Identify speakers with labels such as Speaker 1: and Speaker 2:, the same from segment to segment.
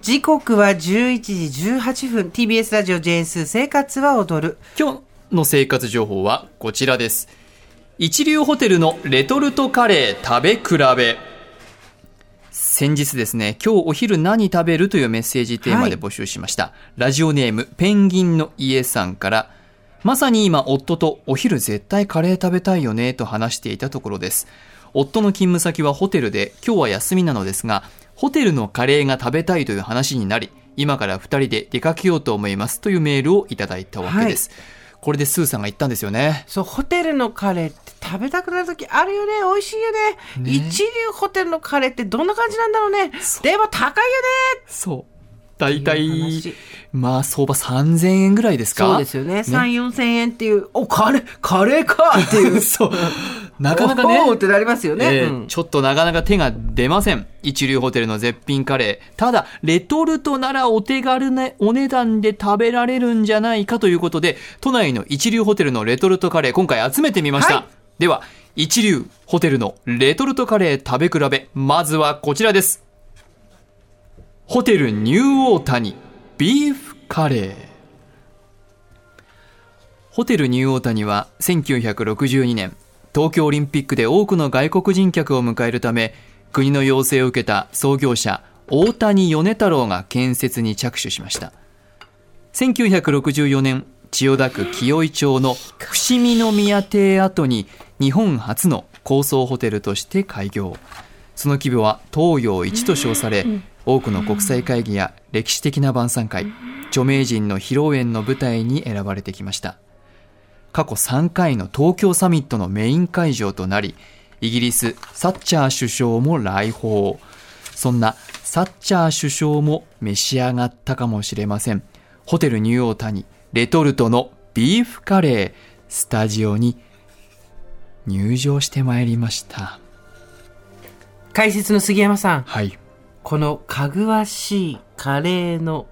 Speaker 1: 時刻は11時18分 TBS ラジオ JS 生活は踊る
Speaker 2: 今日の生活情報はこちらです一流ホテルのレトルトカレー食べ比べ先日ですね今日お昼何食べるというメッセージテーマで募集しました、ラジオネームペンギンの家さんからまさに今夫とお昼絶対カレー食べたいよねと話していたところです夫の勤務先はホテルで今日は休みなのですがホテルのカレーが食べたいという話になり今から2人で出かけようと思いますというメールをいただいたわけです、これでスーさんが言ったんですよね
Speaker 1: そうホテルのカレーって食べたくなる時あるよね美味しいよね
Speaker 2: ね
Speaker 1: 一流ホテルのカレーってどんな感じなんだろうねでも高いよね
Speaker 2: そう大
Speaker 1: いい
Speaker 2: 体
Speaker 1: 話
Speaker 2: まあ相場3000円ぐらいですか
Speaker 1: そうですよね3 4千円っていうおカレーカレーかっていう
Speaker 2: そうなかなか
Speaker 1: おー
Speaker 2: ね
Speaker 1: ってなりますよね、
Speaker 2: えー
Speaker 1: うん
Speaker 2: ちょっとなかなか手が出ません一流ホテルの絶品カレーただレトルトならお手軽なお値段で食べられるんじゃないかということで都内の一流ホテルのレトルトカレー今回集めてみました、
Speaker 1: はい
Speaker 2: では一流ホテルのレトルトカレー食べ比べまずはこちらですホテルニューオータニビーフカレーホテルニューオータニは1962年東京オリンピックで多くの外国人客を迎えるため国の要請を受けた創業者大谷米太郎が建設に着手しました1964年千代田区紀尾井町の伏見宮邸跡に日本初の高層ホテルとして開業その規模は東洋一と称され多くの国際会議や歴史的な晩餐会著名人の披露宴の舞台に選ばれてきました過去3回の東京サミットのメイン会場となりイギリスサッチャー首相も来訪そんなサッチャー首相も召し上がったかもしれませんホテルニューオータニレトルトのビーフカレースタジオに入場してまいりました
Speaker 1: 解説の杉山さん
Speaker 2: はい
Speaker 1: このかぐわしいカレーの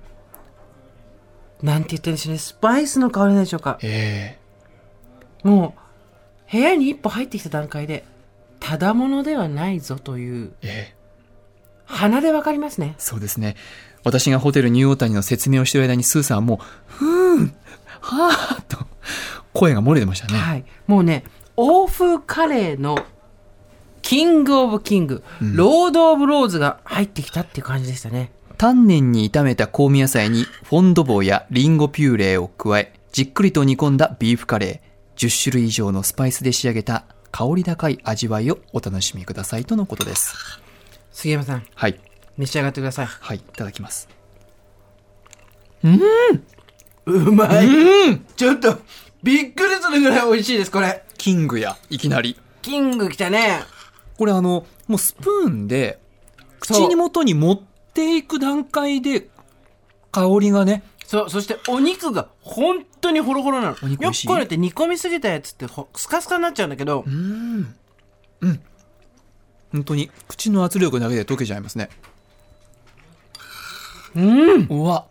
Speaker 1: なんて言ったらいいんでしょうねスパイスの香りなんでしょうか
Speaker 2: え
Speaker 1: もう部屋に一歩入ってきた段階でただものではないぞという
Speaker 2: ー、え
Speaker 1: 鼻でわかりますね
Speaker 2: そうですね私がホテルニューオータニの説明をしている間にスーさんはもう「ふーんはあ」と声が漏れてましたね
Speaker 1: はいもうね欧風カレーのキング・オブ・キング、ロード・オブ・ローズが入ってきたっていう感じでしたね
Speaker 2: 丹念に炒めた香味野菜にフォンドボーやリンゴピューレを加えじっくりと煮込んだビーフカレー10種類以上のスパイスで仕上げた香り高い味わいをお楽しみくださいとのことです
Speaker 1: 杉山さん
Speaker 2: はい
Speaker 1: 召し上がってください
Speaker 2: はいいただきます
Speaker 1: うまいちょっとびっくりするぐらい美味しいですこれ
Speaker 2: キングやいきなり
Speaker 1: キング来たね
Speaker 2: これあのもうスプーンで
Speaker 1: そう
Speaker 2: 口に元に持っていく段階で香りがね
Speaker 1: そう、そしてお肉が本当にホロホロなの。
Speaker 2: お肉美
Speaker 1: よ
Speaker 2: 味しい
Speaker 1: くこれって煮込みすぎたやつってほスカスカになっちゃうんだけど、
Speaker 2: 本当に口の圧力だけで溶けちゃいますね
Speaker 1: うん、
Speaker 2: うわ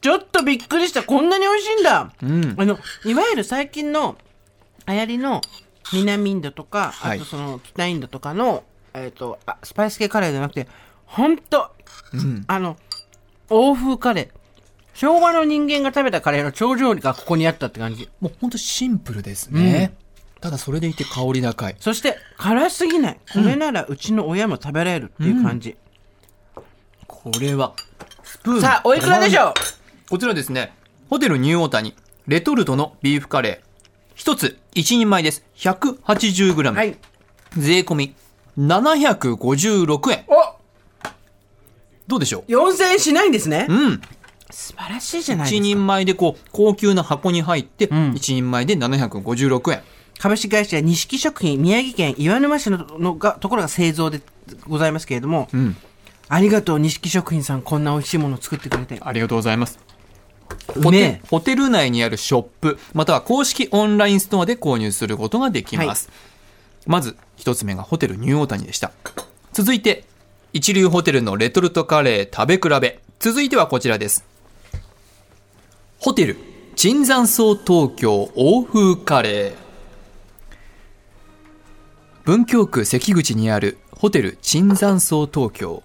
Speaker 1: ちょっとびっくりした。こんなに美味しいんだ。
Speaker 2: うん
Speaker 1: あの、いわゆる最近の流行りの南インドとか、
Speaker 2: はい
Speaker 1: あとその北インドとかの、えっ、とあ、スパイス系カレーじゃなくて、ほんと、あの、欧風カレー。昭和の人間が食べたカレーの頂上がここにあったって感じ。
Speaker 2: もう本当シンプルですね、ただそれでいて香り高い
Speaker 1: そして辛すぎない。これならうちの親も食べられるっていう感じ。
Speaker 2: これはスプーン
Speaker 1: さあ、おいくらでしょう
Speaker 2: こちらですねホテルニューオータニレトルトのビーフカレー一つ一人前です 180g、
Speaker 1: はい。
Speaker 2: 税込み756円
Speaker 1: お
Speaker 2: どうでしょ
Speaker 1: !4000 円しないんですね
Speaker 2: う。うん
Speaker 1: 素晴らしいじゃない
Speaker 2: 一
Speaker 1: ですか。
Speaker 2: 人前でこう高級な箱に入って
Speaker 1: ん
Speaker 2: 一人前で756円、
Speaker 1: 株式会社錦食品、宮城県岩沼市ののがところが製造でございますけれども、
Speaker 2: ん
Speaker 1: ありがとう、錦食品さん、こんな美味しいものを作ってくれて。
Speaker 2: ありがとうございます
Speaker 1: う
Speaker 2: ホ
Speaker 1: め
Speaker 2: テ
Speaker 1: え。
Speaker 2: ホテル内にあるショップまたは公式オンラインストアで購入することができます、まず一つ目がホテルニューオータニでした続いて一流ホテルのレトルトカレー食べ比べ続いてはこちらですホテル椿山荘東京欧風カレー文京区関口にあるホテル椿山荘東京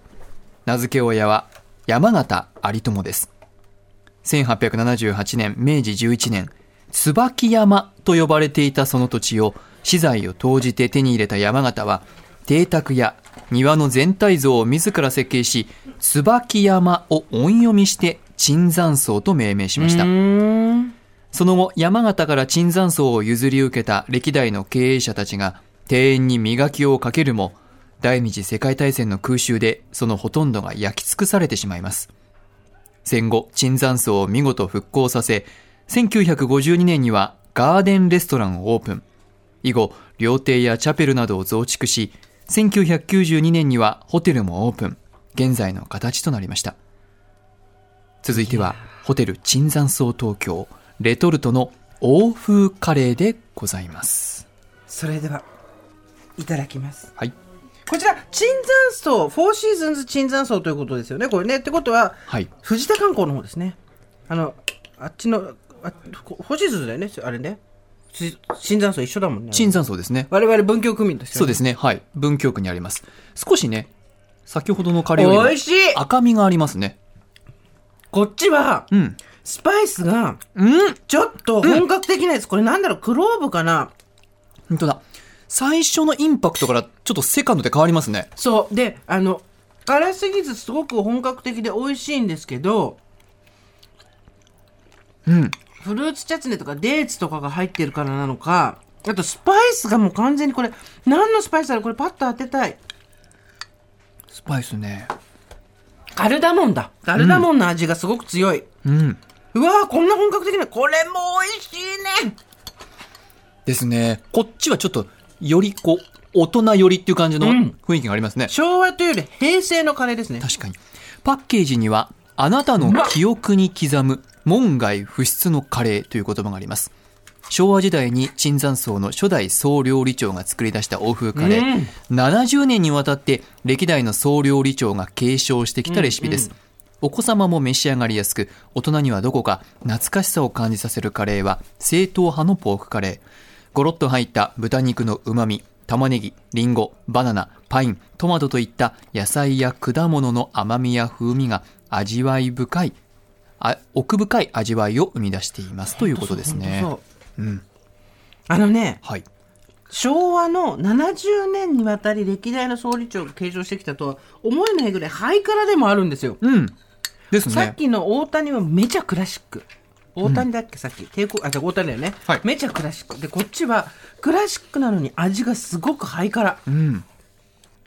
Speaker 2: 名付け親は山形有朋です1878年明治11年椿山と呼ばれていたその土地を資材を投じて手に入れた山形は邸宅や庭の全体像を自ら設計し椿山を音読みして椿山荘と命名しました
Speaker 1: うーん
Speaker 2: その後、山形から椿山荘を譲り受けた歴代の経営者たちが庭園に磨きをかけるも、第二次世界大戦の空襲でそのほとんどが焼き尽くされてしまいます。戦後、椿山荘を見事復興させ、1952年にはガーデンレストランをオープン。以後、料亭やチャペルなどを増築し、1992年にはホテルもオープン。現在の形となりました。続いては、ホテル椿山荘東京、レトルトの欧風カレーでございます。
Speaker 1: それではいただきます
Speaker 2: はい。
Speaker 1: こちら椿山荘フォーシーズンズ椿山荘ということですよねこれねってことは
Speaker 2: はい。
Speaker 1: 藤田観光の方ですねあのあっちのあフォーシーズンズだよねあれねつ椿山荘一緒だもんね
Speaker 2: 椿山荘ですね。
Speaker 1: 我々文教区民として
Speaker 2: そうですすね。はい。文京区にあります。少しね、先ほどのカレーよりも
Speaker 1: 美味しい
Speaker 2: 赤みがありますね。
Speaker 1: こっちは
Speaker 2: うん。
Speaker 1: スパイスが
Speaker 2: うん
Speaker 1: ちょっと本格的なやつ、これなんだろうクローブかな
Speaker 2: 本当だ。最初のインパクトからちょっとセカンドで変わりますね。
Speaker 1: そうであの辛すぎずすごく本格的で美味しいんですけど
Speaker 2: うん。
Speaker 1: フルーツチャツネとかデーツとかが入ってるからなのかあとスパイスがもう完全にこれ何のスパイスだろうこれパッと当てたい
Speaker 2: スパイスね。
Speaker 1: カルダモンだカルダモンの味がすごく強い、
Speaker 2: うん。
Speaker 1: うわーこんな本格的なこれも美味しいね
Speaker 2: ですね。こっちはちょっと、よりこう、大人寄りっていう感じの
Speaker 1: うん
Speaker 2: 雰囲気がありますね。
Speaker 1: 昭和というより平成のカレーですね
Speaker 2: 確かにパッケージには「あなたの記憶に刻む門外不出のカレー」という言葉があります昭和時代に椿山荘の初代総料理長が作り出した欧風カレー、70年にわたって歴代の総料理長が継承してきたレシピです、お子様も召し上がりやすく大人にはどこか懐かしさを感じさせるカレーは正統派のポークカレーゴロッと入った豚肉のうまみ玉ねぎりんごバナナパイントマトといった野菜や果物の甘みや風味が味わい深いあ奥深い味わいを生み出していますということですね
Speaker 1: そう
Speaker 2: うん
Speaker 1: あのね
Speaker 2: はい
Speaker 1: 昭和の70年にわたり歴代の総理長が継承してきたとは思えないぐらいハイカラでもあるんですよ、
Speaker 2: うんです
Speaker 1: さっ
Speaker 2: ね
Speaker 1: きの大谷はめちゃクラシック大谷だっけ、さっき抵抗あじゃあ大谷だよね、
Speaker 2: はい
Speaker 1: めちゃクラシックでこっちはクラシックなのに味がすごくハイカラ
Speaker 2: うん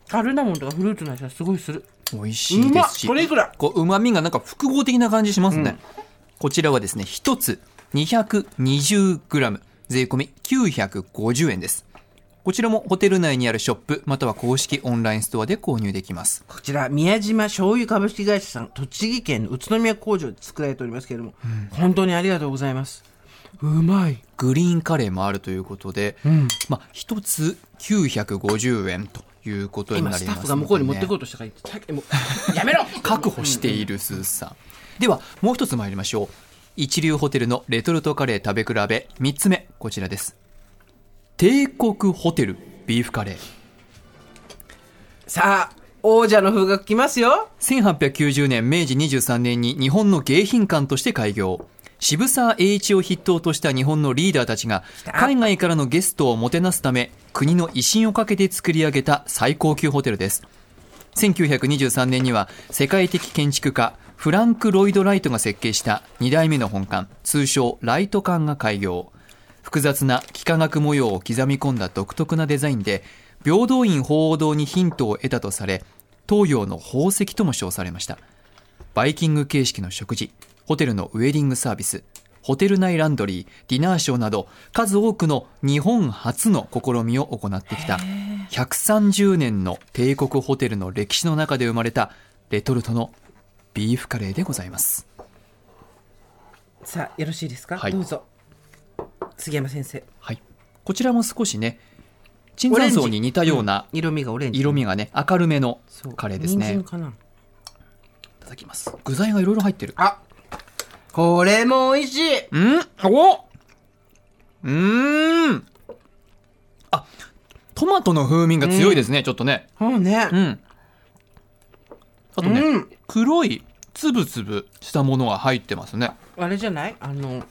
Speaker 1: カルダモンとかフルーツの味がすごいする
Speaker 2: 美味しいですし
Speaker 1: うまっこれいくら
Speaker 2: こうまみがなんか複合的な感じしますね、こちらはですね1つ 220g 税込み950円ですこちらもホテル内にあるショップまたは公式オンラインストアで購入できます
Speaker 1: こちら宮島醤油株式会社さん栃木県の宇都宮工場で作られておりますけれども、本当にありがとうございますうまい
Speaker 2: グリーンカレーもあるということで、まあ、1つ950円ということにな
Speaker 1: 今
Speaker 2: ります
Speaker 1: スタッフが向こうに持ってこ
Speaker 2: う
Speaker 1: うとしたから言ってさっきも うやめろ
Speaker 2: 確保しているスーさん、ではもう一つ参りましょう一流ホテルのレトルトカレー食べ比べ3つ目こちらです帝国ホテルビーフカレー
Speaker 1: さあ王者の風が来ますよ
Speaker 2: 1890年明治23年に日本の迎賓館として開業渋沢栄一を筆頭とした日本のリーダーたちが
Speaker 1: た
Speaker 2: 海外からのゲストをもてなすため国の威信をかけて作り上げた最高級ホテルです1923年には世界的建築家フランク・ロイド・ライトが設計した2代目の本館通称ライト館が開業複雑な幾何学模様を刻み込んだ独特なデザインで平等院鳳凰堂にヒントを得たとされ東洋の宝石とも称されましたバイキング形式の食事ホテルのウェディングサービスホテル内ランドリーディナーショーなど数多くの日本初の試みを行ってきた130年の帝国ホテルの歴史の中で生まれたレトルトのビーフカレーでございます
Speaker 1: さあよろしいですか、
Speaker 2: はい
Speaker 1: どうぞ杉山先生
Speaker 2: はいこちらも少しね椿山荘に似たような
Speaker 1: 色味がオレンジ
Speaker 2: 色味がね明るめの
Speaker 1: そう
Speaker 2: カレーです
Speaker 1: 人参
Speaker 2: ね
Speaker 1: かない
Speaker 2: ただきます具材がいろいろ入ってる
Speaker 1: あこれも美味しい
Speaker 2: うんおうーんあトマトの風味が強いですね、ちょっとね
Speaker 1: そうね
Speaker 2: うんあとね、
Speaker 1: うん
Speaker 2: 黒いつぶつぶしたものが入ってますね
Speaker 1: あれじゃないあの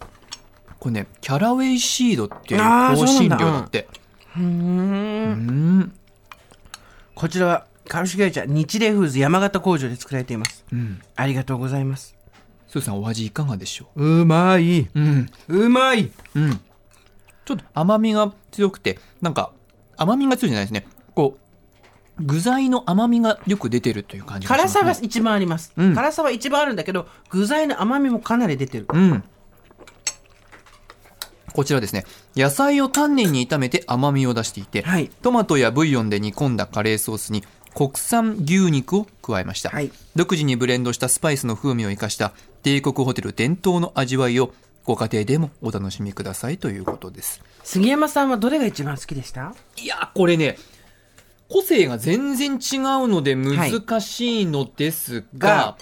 Speaker 2: これねキャラウェイシードっていう
Speaker 1: あー
Speaker 2: 香
Speaker 1: そう
Speaker 2: 辛料
Speaker 1: なんだ
Speaker 2: だって
Speaker 1: うーん
Speaker 2: うん
Speaker 1: こちらは株式会社日霊フーズ山形工場で作られています
Speaker 2: うん
Speaker 1: ありがとうございます
Speaker 2: スーさんお味いかがでしょ
Speaker 1: うまいう
Speaker 2: うん
Speaker 1: うまい
Speaker 2: うん。ちょっと甘みが強くて、なんか、甘みが強いじゃないですね。こう、具材の甘みがよく出てるという感じがしま
Speaker 1: 辛
Speaker 2: す、
Speaker 1: さが一番あります、
Speaker 2: うん
Speaker 1: 辛さは一番あるんだけど具材の甘みもかなり出てる
Speaker 2: うん。こちらですね。野菜を丹念に炒めて甘みを出していて、
Speaker 1: はい
Speaker 2: トマトやブイヨンで煮込んだカレーソースに国産牛肉を加えました。
Speaker 1: はい
Speaker 2: 独自にブレンドしたスパイスの風味を生かした帝国ホテル伝統の味わいをご家庭でもお楽しみくださいということです。
Speaker 1: 杉山さんはどれが一番好きでした
Speaker 2: いや、これね、個性が全然違うので難しいのですが、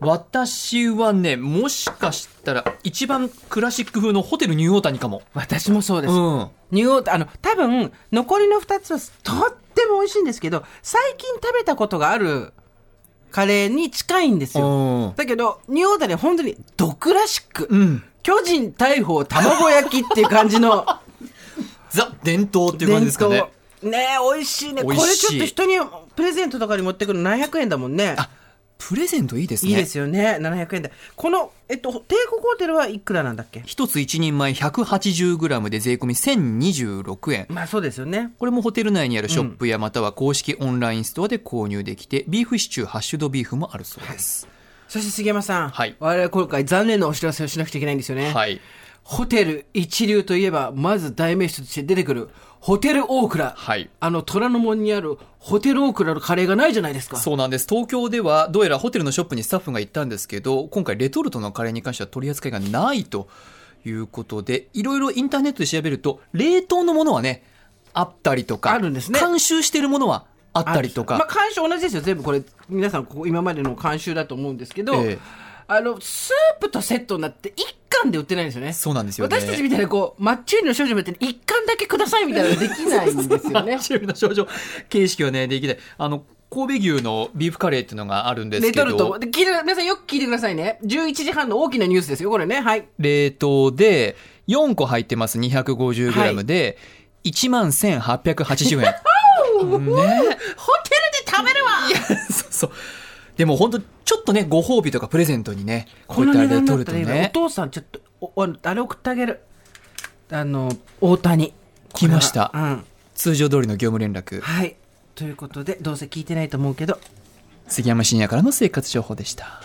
Speaker 2: 私はね、もしかしたら一番クラシック風のホテルニューオータニかも。
Speaker 1: 私もそうで
Speaker 2: う
Speaker 1: す、
Speaker 2: ん。
Speaker 1: ニューオータあの多分残りの2つはとっても美味しいんですけど最近食べたことがあるカレーに近いんですよ
Speaker 2: うん。
Speaker 1: だけどニューオータニは本当に毒らしく、
Speaker 2: うん。
Speaker 1: 巨人大砲卵焼きっていう感じ の
Speaker 2: ザ伝統っていう感じですかね。
Speaker 1: ねえ美味しいね
Speaker 2: 美味
Speaker 1: これ
Speaker 2: しい
Speaker 1: ちょっと人にプレゼントとかに持ってくるの700円だもんね
Speaker 2: あ、プレゼントいいですね。
Speaker 1: いいですよね700円でこの、えっと、帝国ホテルはいくらなんだっけ
Speaker 2: 一つ一人前 180g で税込み1026円。
Speaker 1: まあそうですよね
Speaker 2: これもホテル内にあるショップやまたは公式オンラインストアで購入できて、ビーフシチュー、ハッシュドビーフもあるそうです。
Speaker 1: そして杉山さん、
Speaker 2: はい
Speaker 1: 我々今回残念なお知らせをしなくちゃいけないんですよね、
Speaker 2: はい。
Speaker 1: ホテル一流といえばまず代名詞として出てくるホテルオークラ、
Speaker 2: はい
Speaker 1: あの虎ノ門にあるホテルオークラのカレーがないじゃないですか
Speaker 2: そうなんです東京ではどうやらホテルのショップにスタッフが行ったんですけど今回レトルトのカレーに関しては取り扱いがないということでいろいろインターネットで調べると冷凍のものはねあったりとか
Speaker 1: あるんですね
Speaker 2: 監修してるものはあったりとか
Speaker 1: まあ、監修同じですよ全部これ皆さんここ今までの監修だと思うんですけど、
Speaker 2: ええ
Speaker 1: あのスープとセットになって一貫で売ってないんですよね
Speaker 2: そうなんですよね
Speaker 1: 私たちみたいなこうマッチューリの少女みたいに一貫だけくださいみたいなのできないんです よね
Speaker 2: チームの症状形式はねできないあの神戸牛のビーフカレーっていうのがあるんです
Speaker 1: レ
Speaker 2: けど
Speaker 1: トルトで聞いて皆さんよく聞いてくださいね11時半の大きなニュースですよこれねはい
Speaker 2: 冷凍で4個入ってます 250g で、1万1880円ね
Speaker 1: ホテルで食べるわ
Speaker 2: そうそう。でも本当ちょっとね、ご褒美とかプレゼントにね、
Speaker 1: この
Speaker 2: うい
Speaker 1: 値
Speaker 2: ったあ
Speaker 1: 段
Speaker 2: れ
Speaker 1: だ
Speaker 2: 取
Speaker 1: っ
Speaker 2: る
Speaker 1: た
Speaker 2: と
Speaker 1: らいいわお
Speaker 2: ね、
Speaker 1: 父さんちょっとおおあれ送ってあげるあの大谷
Speaker 2: 来ました
Speaker 1: これはうん
Speaker 2: 通常通りの業務連絡、
Speaker 1: はいということでどうせ聞いてないと思うけど
Speaker 2: 杉山深也からの生活情報でした。